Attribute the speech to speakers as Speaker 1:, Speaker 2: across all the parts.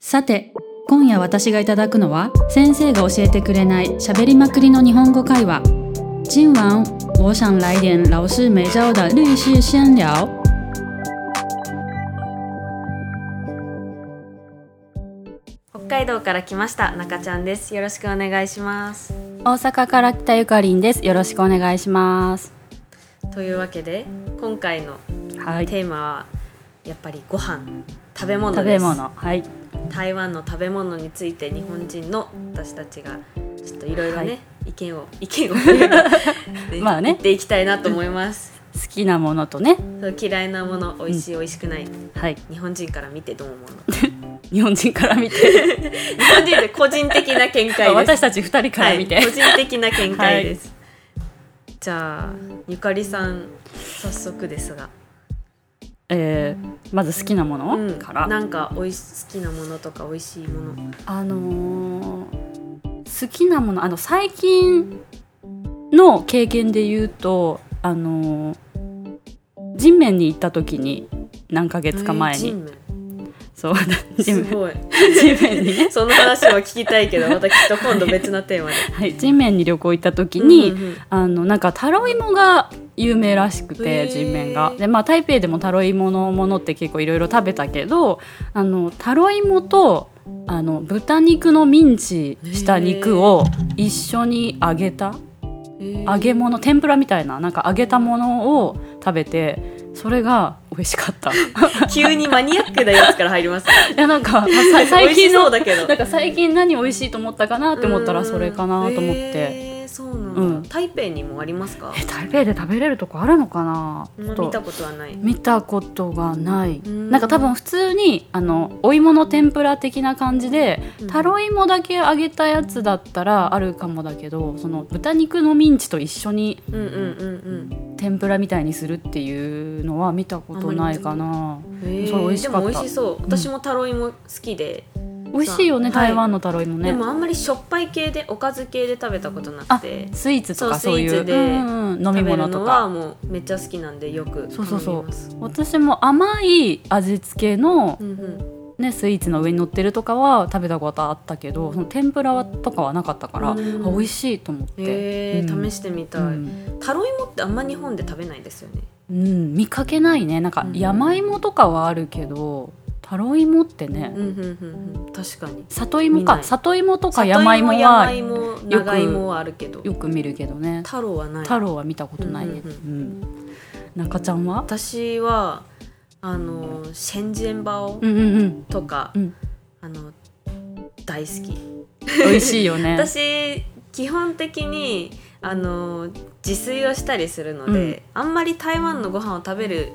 Speaker 1: さて今夜私がいただくのは先生が教えてくれないしゃべりまくりの日本語会話今晚我想来点老师没教的律师闲聊
Speaker 2: 北海道から来ました中ちゃんですよろしくお願いします
Speaker 3: 大阪から来たゆかりんです。よろしくお願いします。
Speaker 2: というわけで今回の
Speaker 3: はい。
Speaker 2: テーマはやっぱりご飯食べ物
Speaker 3: 食
Speaker 2: で
Speaker 3: べ
Speaker 2: す
Speaker 3: 物。はい。
Speaker 2: 台湾の食べ物について日本人の私たちがちょっといろいろね、
Speaker 3: はい
Speaker 2: 意見を意見をというか
Speaker 3: まあね
Speaker 2: 言っていきたいなと思います
Speaker 3: 好きなものとね。
Speaker 2: そう嫌いなもの美味しい美味しくない
Speaker 3: はい。
Speaker 2: 日本人から見てどう思うの
Speaker 3: 日本人から 見て、
Speaker 2: 日本人で個人的な見解です
Speaker 3: 私たち二人から見て。
Speaker 2: はい、個人的な見解です、じゃあゆかりさん早速ですが、
Speaker 3: えー、まず好きなもの、
Speaker 2: うん
Speaker 3: から。
Speaker 2: なんかおいし好きなものとか美味しいもの
Speaker 3: あのー好きなものあの最近の経験で言うとあのー人面に行った時に何ヶ月か前
Speaker 2: え
Speaker 3: に、
Speaker 2: ー
Speaker 3: そう
Speaker 2: ジ
Speaker 3: 人
Speaker 2: ンメンす
Speaker 3: 面
Speaker 2: ごい
Speaker 3: 人面にね、
Speaker 2: その話は聞きたいけどまたきっと今度別なテー マで
Speaker 3: はい、人面に旅行行った時に、
Speaker 2: うんうんうん
Speaker 3: あのなんかタロイモが有名らしく
Speaker 2: へ
Speaker 3: て
Speaker 2: ー
Speaker 3: 人面がで、まあ、台北でもタロイモのものって結構いろいろ食べたけどあのタロイモとあの豚肉のミンチした肉を一緒に揚げた
Speaker 2: えー
Speaker 3: 揚げ物天ぷらみたいななんか揚げたものを食べてそれが美味しかった い
Speaker 2: 急にマニアックなやつから入ります
Speaker 3: やなんか、まあさ
Speaker 2: 美
Speaker 3: 最
Speaker 2: 味し
Speaker 3: 近
Speaker 2: そ
Speaker 3: の
Speaker 2: うだけど
Speaker 3: なんか最近何美味しいと思ったかなって思ったらそれかなと思って。
Speaker 2: えーそうなんだ、
Speaker 3: うん
Speaker 2: 台北にもありますか
Speaker 3: え台北で食べれるとこあるのかな
Speaker 2: あんま
Speaker 3: ちょっ
Speaker 2: 見
Speaker 3: と
Speaker 2: たことはない
Speaker 3: 見たことがない
Speaker 2: うん
Speaker 3: なんか多分普通にあのお芋の天ぷら的な感じで
Speaker 2: うん
Speaker 3: タロイモだけ揚げたやつだったらあるかもだけどその豚肉のミンチと一緒に
Speaker 2: うんうんうん
Speaker 3: 天ぷらみたいにするっていうのは見たことないかな
Speaker 2: うんえー
Speaker 3: それ美味しかった
Speaker 2: でも美味しそう私もタロイモ好きで、
Speaker 3: 美味しいよね
Speaker 2: そう
Speaker 3: 台湾のタロイモね、
Speaker 2: でもあんまりしょっぱい系でおかず系で食べたことなくて
Speaker 3: スイーツとか
Speaker 2: そう
Speaker 3: そうい
Speaker 2: スイー
Speaker 3: う
Speaker 2: ツで
Speaker 3: うんうん飲み
Speaker 2: 食べる
Speaker 3: 物と
Speaker 2: の
Speaker 3: か
Speaker 2: はもうめっちゃ好きなんでよく
Speaker 3: そうそうそう
Speaker 2: 頼みます
Speaker 3: 私も甘い味付けの
Speaker 2: う、んうん
Speaker 3: ね、スイーツの上に乗ってるとかは食べたことあったけどその天ぷらはとかはなかったから、
Speaker 2: うん
Speaker 3: あ美味しいと思って。
Speaker 2: えー
Speaker 3: うん
Speaker 2: 試してみた
Speaker 3: う
Speaker 2: い、
Speaker 3: ん
Speaker 2: タロイモってあんま日本で食べないですよね
Speaker 3: うん、見かけないねなんか
Speaker 2: うん
Speaker 3: 山芋とかはあるけどタロイモってね、
Speaker 2: うんうんうんうん確かに
Speaker 3: 里芋
Speaker 2: 見な
Speaker 3: か
Speaker 2: い
Speaker 3: 里芋とか山芋
Speaker 2: 山
Speaker 3: は
Speaker 2: 芋長芋はあるけど
Speaker 3: よく見るけどね
Speaker 2: 太郎はない
Speaker 3: 太郎は見たことないね、
Speaker 2: う
Speaker 3: うんん
Speaker 2: う
Speaker 3: 中ちゃんは
Speaker 2: 私はあのシェンジェンバオ
Speaker 3: うんうんうん
Speaker 2: とか、
Speaker 3: うん
Speaker 2: あの大好き
Speaker 3: 美味しいよね
Speaker 2: 私基本的にあの自炊をしたりするので、あんまり台湾のご飯を食べる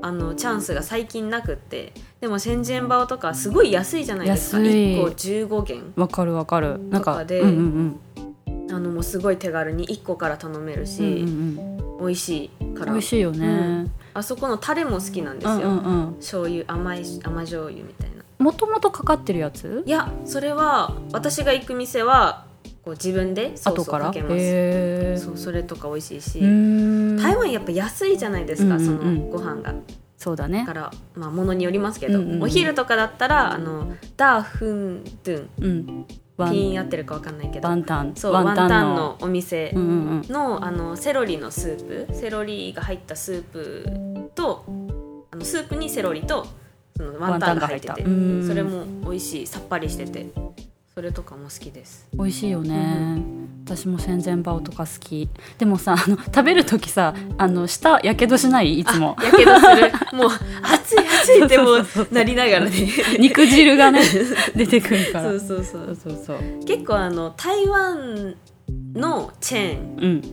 Speaker 2: あのチャンスが最近なくってでも千円バオとかすごい安いじゃないですか
Speaker 3: 安い
Speaker 2: 1個15元
Speaker 3: わかるわかるなん
Speaker 2: とか
Speaker 3: か
Speaker 2: で
Speaker 3: うんうん
Speaker 2: あのもうすごい手軽に1個から頼めるし、
Speaker 3: うんうんうん
Speaker 2: 美味しいか
Speaker 3: 美
Speaker 2: ら
Speaker 3: 味しいよね、
Speaker 2: う
Speaker 3: うんん、
Speaker 2: あそこのタレも好きなんです
Speaker 3: う
Speaker 2: よ、
Speaker 3: んうん
Speaker 2: 醤油甘い甘醤油みたいな
Speaker 3: もともとかかってるやつ
Speaker 2: いやそれは私が行く店はこう自分でソー
Speaker 3: 後
Speaker 2: スを
Speaker 3: から
Speaker 2: か
Speaker 3: へ
Speaker 2: けます
Speaker 3: え
Speaker 2: そうそれとか美味しいし、台
Speaker 3: 台
Speaker 2: 湾やっぱ安いじゃないですか、
Speaker 3: うんうんうん
Speaker 2: そのご飯が
Speaker 3: そうだ
Speaker 2: だ
Speaker 3: ね
Speaker 2: からまあものによりますけど、
Speaker 3: うんうんうん
Speaker 2: お昼とかだったらあのダーフンドゥン
Speaker 3: うんワ
Speaker 2: ピ
Speaker 3: ン
Speaker 2: ン合ってるかわかんないけど
Speaker 3: ワンタン
Speaker 2: そうワ
Speaker 3: ワ
Speaker 2: ン
Speaker 3: ン
Speaker 2: タ
Speaker 3: タ
Speaker 2: ン
Speaker 3: ン
Speaker 2: の
Speaker 3: の
Speaker 2: お店
Speaker 3: うんうんうん
Speaker 2: の,、あのセロリのスープセロリが入ったスープとあのスープにセロリとそのワンタンが入って
Speaker 3: ワン
Speaker 2: て
Speaker 3: タンが入ったうん
Speaker 2: それも美味しいさっぱりしててそれとかも好きです
Speaker 3: 美味しいよね、
Speaker 2: う
Speaker 3: 私も戦前バオとか好きでもさあの食べる時さあの舌やけどしないいつも
Speaker 2: やけどするもう熱い熱いってもう
Speaker 3: そうそうそうそう
Speaker 2: なり ながらね
Speaker 3: 肉汁 がね出てくるから
Speaker 2: そうそうそう
Speaker 3: そうそうそう
Speaker 2: 結構あの台湾のチェー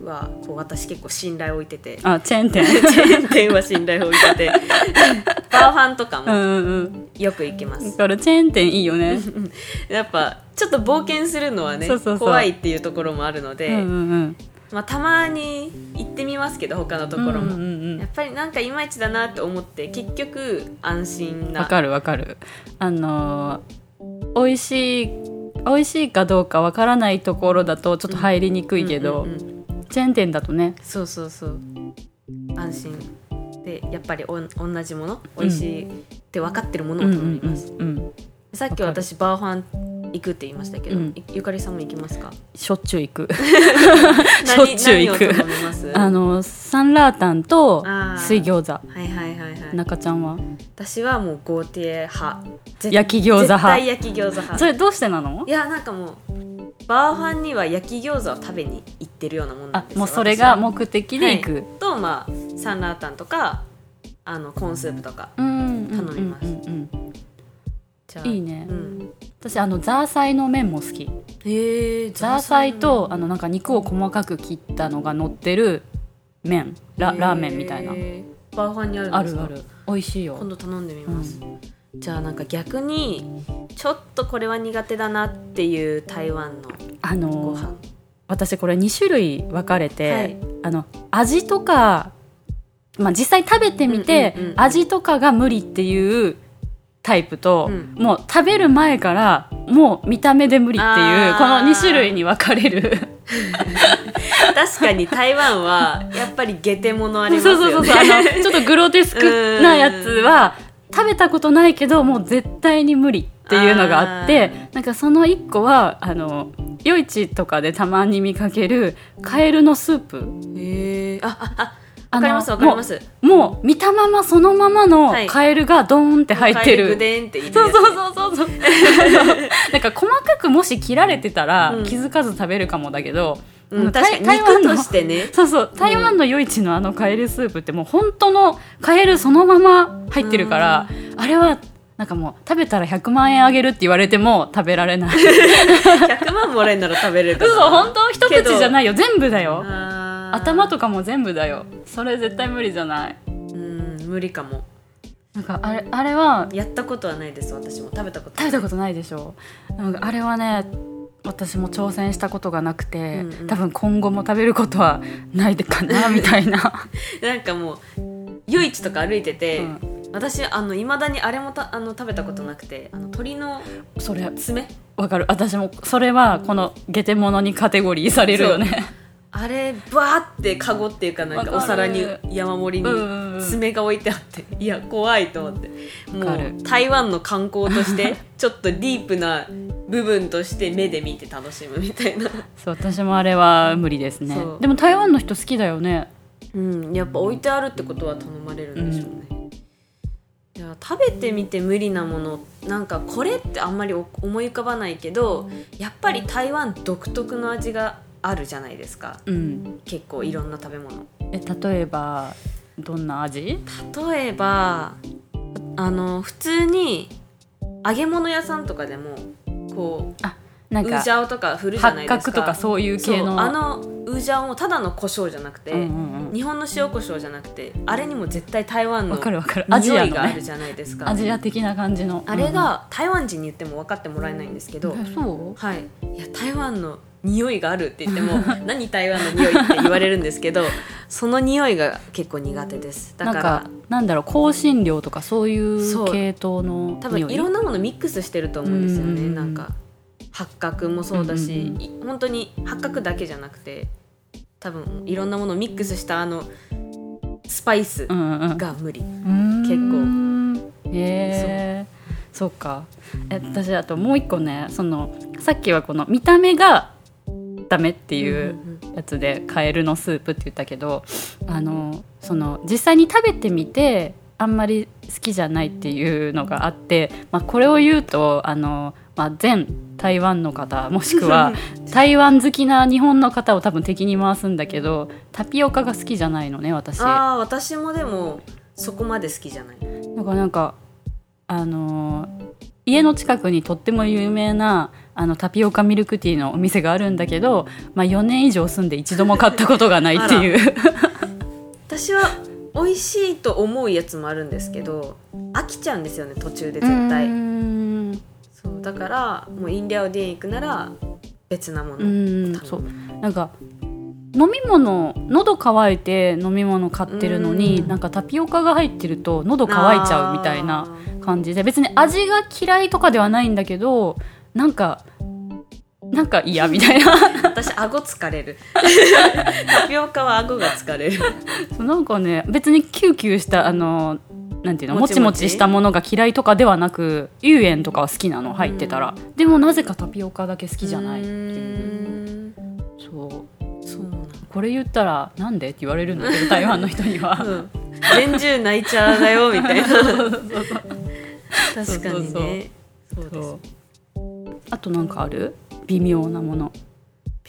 Speaker 3: うん
Speaker 2: ンはこう私結構信頼を置いててチ
Speaker 3: あチェーン 店
Speaker 2: ェーン店は信頼を置いて てバーファンとか
Speaker 3: うん
Speaker 2: も
Speaker 3: うん
Speaker 2: よく行きま
Speaker 3: うん
Speaker 2: す、
Speaker 3: これチェーン店いいよね
Speaker 2: やっぱちょっと冒険するのはね
Speaker 3: そうそうそう
Speaker 2: 怖いっていうところもあるの
Speaker 3: う
Speaker 2: で、
Speaker 3: んうんうん
Speaker 2: まあ、たまに行ってみますけど他のところも、
Speaker 3: うんうんう
Speaker 2: や
Speaker 3: ん
Speaker 2: っぱりなんかいまいちだなって思って結局安心な
Speaker 3: わかるわかるあのー美味しい美味しいかどうかわからないところだとちょっと入りにくいけど、
Speaker 2: うんうんうん
Speaker 3: チェーン店だとね
Speaker 2: そうそうそう安心でやっぱりおん同じもの美味しいって分かってるものを頼みま
Speaker 3: う
Speaker 2: す、
Speaker 3: んうんうんうん
Speaker 2: さっき
Speaker 3: わかる
Speaker 2: 私バーファン行くって言いましたけど、
Speaker 3: うん
Speaker 2: いゆかりさんも行きます か
Speaker 3: しょっちゅう行くしょ
Speaker 2: 何
Speaker 3: っちゅう行く
Speaker 2: 何を頼みます
Speaker 3: あのサンラータンと
Speaker 2: あー
Speaker 3: 水餃
Speaker 2: はいはいはいは
Speaker 3: 子
Speaker 2: い
Speaker 3: 中ちゃんは
Speaker 2: 私はもう豪邸派絶
Speaker 3: 焼き餃子
Speaker 2: 絶対
Speaker 3: 派
Speaker 2: 焼き餃子派
Speaker 3: それどうしてなの
Speaker 2: いやなんかもうバーファンには焼き餃子を食べに行ってるようなもんなん
Speaker 3: あ
Speaker 2: ですよ
Speaker 3: もうそれが
Speaker 2: 私は
Speaker 3: 目的で行く、
Speaker 2: はいとまあサンラータンとかあのコーンスープとか
Speaker 3: うん
Speaker 2: 頼みます
Speaker 3: うんうんうん
Speaker 2: じゃ
Speaker 3: いいね
Speaker 2: うん、
Speaker 3: 私あのザーサイの麺も好き
Speaker 2: へえ
Speaker 3: ザーサイとあのなんか肉を細かく切ったのが乗ってる麺ララーメンみたいな
Speaker 2: バーファンにあるん
Speaker 3: あ
Speaker 2: です
Speaker 3: る
Speaker 2: か
Speaker 3: ある美味しいよ
Speaker 2: 今度頼んでみます、じゃあなんか逆にちょっとこれは苦手だなっていう台湾の
Speaker 3: あ
Speaker 2: ご
Speaker 3: の
Speaker 2: 飯
Speaker 3: 私これ2種類分かれて、
Speaker 2: はい
Speaker 3: あの味とか、まあ、実際食べてみて、
Speaker 2: うんうんうん
Speaker 3: 味とかが無理っていうタイプと、
Speaker 2: うん
Speaker 3: もう食べる前からもう見た目で無理ってい
Speaker 2: あ
Speaker 3: う
Speaker 2: ー
Speaker 3: この2種類に分かれる
Speaker 2: 確かに台湾はやっぱりゲテモノあります
Speaker 3: そうそうそ
Speaker 2: よ
Speaker 3: うそ
Speaker 2: ね
Speaker 3: うあ のちょっとグロテスクなやつは食べたことないけどもう絶対に無理っていうのがあってなんかその1個はあの夜市とかでたまに見かけるカエルのスープ。
Speaker 2: へえあああ
Speaker 3: あの
Speaker 2: わかりますわかります
Speaker 3: もう見たままそのままの
Speaker 2: はい
Speaker 3: カエルがドーンって入って
Speaker 2: カエル
Speaker 3: る。
Speaker 2: グデーンって言って
Speaker 3: そう
Speaker 2: る
Speaker 3: そうそうそうそ う。なんか細かくもし切られてたら
Speaker 2: うん
Speaker 3: 気づかず食べるかもだけど、
Speaker 2: うん、
Speaker 3: 台
Speaker 2: 確かに
Speaker 3: 台湾
Speaker 2: 肉
Speaker 3: の
Speaker 2: としてね
Speaker 3: そうそう台湾の夜市のあのカエルスープってもう本当のカエルそのまま入ってるから、あれはなんかもう食べたら100万円あげるって言われても食べられ ない。
Speaker 2: 100万もらえるなら食べれるか
Speaker 3: 嘘
Speaker 2: な
Speaker 3: 本当一口じゃないよ全部だよ。
Speaker 2: あー
Speaker 3: 頭とかも全部だよ。それ絶対無理じゃない。
Speaker 2: うん無理かも
Speaker 3: なんかあれあれは
Speaker 2: やったことはないです私も食べたこと
Speaker 3: 食べたことないでしょなんかあれはね私も挑戦したことがなくて、
Speaker 2: うんうん
Speaker 3: 多分今後も食べることはないでかなみたいな、
Speaker 2: なんかもう夜市とか歩いてて、
Speaker 3: うん
Speaker 2: 私あの未だにあれもたあの食べたことなくてあの鳥の
Speaker 3: それ
Speaker 2: 爪
Speaker 3: わかる私もそれはこのゲテモノにカテゴリーされるよね
Speaker 2: あれバーってカゴっていうかなんか
Speaker 3: わ
Speaker 2: お
Speaker 3: かる
Speaker 2: 皿に山盛り
Speaker 3: うんうんうん
Speaker 2: に爪が置いてあっていや怖いと思っても
Speaker 3: わかる
Speaker 2: う台湾の観光としてちょっとディープな部分として目で見て楽しむみたいな、
Speaker 3: そう私もあれは無理ですね
Speaker 2: そう
Speaker 3: でも台湾の人好きだよね
Speaker 2: うん、やっぱ置いてあるってことは頼まれるんでしょうね、じゃあ食べてみて無理なものなんかこれってあんまりお思い浮かばないけどやっぱり台湾独特の味があるじゃないですか
Speaker 3: うん
Speaker 2: 結構いろんな食べ物
Speaker 3: え例えばどんな味
Speaker 2: 例えばあの普通に揚げ物屋さんとかでもこう
Speaker 3: なん
Speaker 2: ウ
Speaker 3: か
Speaker 2: ジャオとか振るじゃな
Speaker 3: 八
Speaker 2: いですか
Speaker 3: 角とかそういう系
Speaker 2: そう
Speaker 3: の
Speaker 2: あのウジャオもただの胡椒じゃなくて、
Speaker 3: うんうんうん
Speaker 2: 日本の塩胡椒じゃなくてあれにも絶対台湾の
Speaker 3: わかるわかるアジ
Speaker 2: 匂
Speaker 3: ア
Speaker 2: い
Speaker 3: の
Speaker 2: がある
Speaker 3: ね
Speaker 2: じゃないですか、
Speaker 3: アジア的な感じの
Speaker 2: あれが台湾人に言っても分かってもらえないんですけど、
Speaker 3: うんえそう
Speaker 2: はい、いや台湾の匂いがあるって言って も何台湾の匂いって言われるんですけどその匂いが結構苦手ですだ
Speaker 3: な
Speaker 2: か
Speaker 3: ん
Speaker 2: ら
Speaker 3: かなんだろう香辛料とかそうい
Speaker 2: そうう
Speaker 3: 系統の
Speaker 2: 多
Speaker 3: 匂
Speaker 2: 分
Speaker 3: い
Speaker 2: いろんなものミックスしてると思うんですよ
Speaker 3: うんう
Speaker 2: ね、
Speaker 3: んうん
Speaker 2: なんか八角もそうだし、
Speaker 3: うんうんうん
Speaker 2: い本当に八角だけじゃなくて多分いろんなものをミックスしたあのスパイス
Speaker 3: うんうんうん
Speaker 2: が無理、
Speaker 3: 結構へえそうかえ私あともう一個ねそのさっきはこの見た目がダメっていうやつでカエルのスープって言ったけどあのその実際に食べてみてあんまり好きじゃないっていうのがあって、まあ、これを言うとあの、まあ、全台湾の方もしく は台湾好きな日本の方を多分敵に回すんだけどタピオカが好きじゃないのね私。
Speaker 2: ああ私もでもそこまで好きじゃない
Speaker 3: なんかなんかあのー家の近くにとっても有名なあのタピオカミルクティーのお店があるんだけど、まあ、4年以上住んで一度も買ったことがないっていう
Speaker 2: 私は美味しいと思うやつもあるんですけど飽きちゃうんですよね途中で絶
Speaker 3: う
Speaker 2: 対
Speaker 3: ーん
Speaker 2: そうだからもう飲料で行くなら別なものを
Speaker 3: う
Speaker 2: 頼
Speaker 3: ん
Speaker 2: む
Speaker 3: そうなんか飲み物喉乾いて飲み物買ってるの
Speaker 2: う
Speaker 3: に
Speaker 2: ん
Speaker 3: なんかタピオカが入ってると喉乾いちゃうみたいな
Speaker 2: あー
Speaker 3: 感じで別に味が嫌いとかではないんだけどなんかなんか嫌みたいな
Speaker 2: 私顎疲 れるタピオカは顎が疲れる
Speaker 3: そうなんかね別にキューキューしたあのなんていうの
Speaker 2: も
Speaker 3: も
Speaker 2: ち
Speaker 3: ち
Speaker 2: も
Speaker 3: も
Speaker 2: ち
Speaker 3: ちしたものが嫌いとかではなく有塩とかは好きなの入ってたら、でもなぜかタピオカだけ好きじゃないっていう
Speaker 2: う
Speaker 3: そう
Speaker 2: そうなんだ
Speaker 3: これ言ったらなんでって言われるんだけど台湾の人には、
Speaker 2: うん年中泣いちゃうだよみた いな確かにね そうです
Speaker 3: そうあとなんかある微妙なもの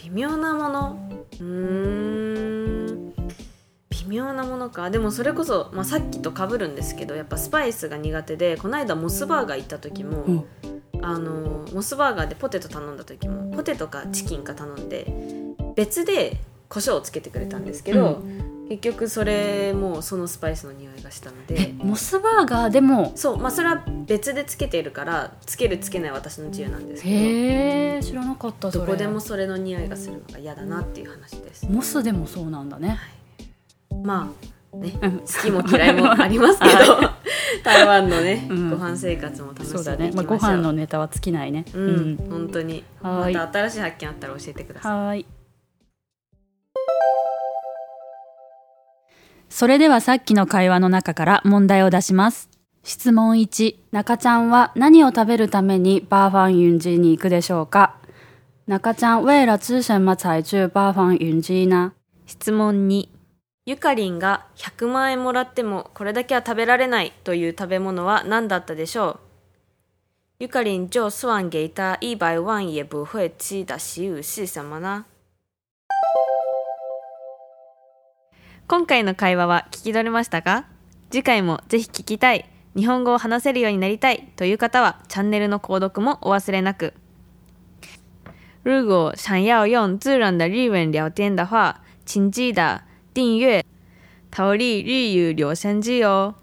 Speaker 2: 微妙なものうーん微妙なものかでもそれこそ、まあ、さっきとかぶるんですけどやっぱスパイスが苦手でこの間モスバーガー行った時も、
Speaker 3: うん
Speaker 2: あのモスバーガーでポテト頼んだ時もポテトかチキンか頼んで別で胡椒をつけてくれたんですけど、結局それもそのスパイスの匂いがしたので。
Speaker 3: モスバーガーでも
Speaker 2: そうまあそれは別でつけているからつけるつけない私の自由なんですけ
Speaker 3: へえ知らなかった
Speaker 2: ど
Speaker 3: そ
Speaker 2: ど
Speaker 3: れ
Speaker 2: こでもそれの匂いがするのが嫌だなっていう話です
Speaker 3: モスでもそうなんだね
Speaker 2: まあね
Speaker 3: うん
Speaker 2: 好きも嫌いもありま すけど 台湾のね、
Speaker 3: うん
Speaker 2: ご飯生活も楽しんで
Speaker 3: そ
Speaker 2: いうきま
Speaker 3: だね、
Speaker 2: しょ
Speaker 3: まあ、
Speaker 2: う
Speaker 3: ご飯のネタは尽きないね
Speaker 2: うん、本当に
Speaker 3: は
Speaker 2: ま
Speaker 3: ーい
Speaker 2: た新しい発見あったら教えてください
Speaker 3: はーい
Speaker 1: それではさっきの会話の中から問題を出します。質問1、
Speaker 3: 中ちゃんは何を食べるためにバーファンユンジーに行くでしょうか中ちゃん为了吃什么才去バーファンユンジー呢
Speaker 2: 質問2ゆかりんが100万円もらってもこれだけは食べられないという食べ物は何だったでしょうゆかりん就算给他一百万也不会吃的食物是什么呢今回の会話は聞き取れましたか次回もぜひ聞きたい日本語を話せるようになりたいという方はチャンネルの購読もお忘れなく如果想要用自然的日文聊天的话，请记得订阅《逃离日语留声机》哦。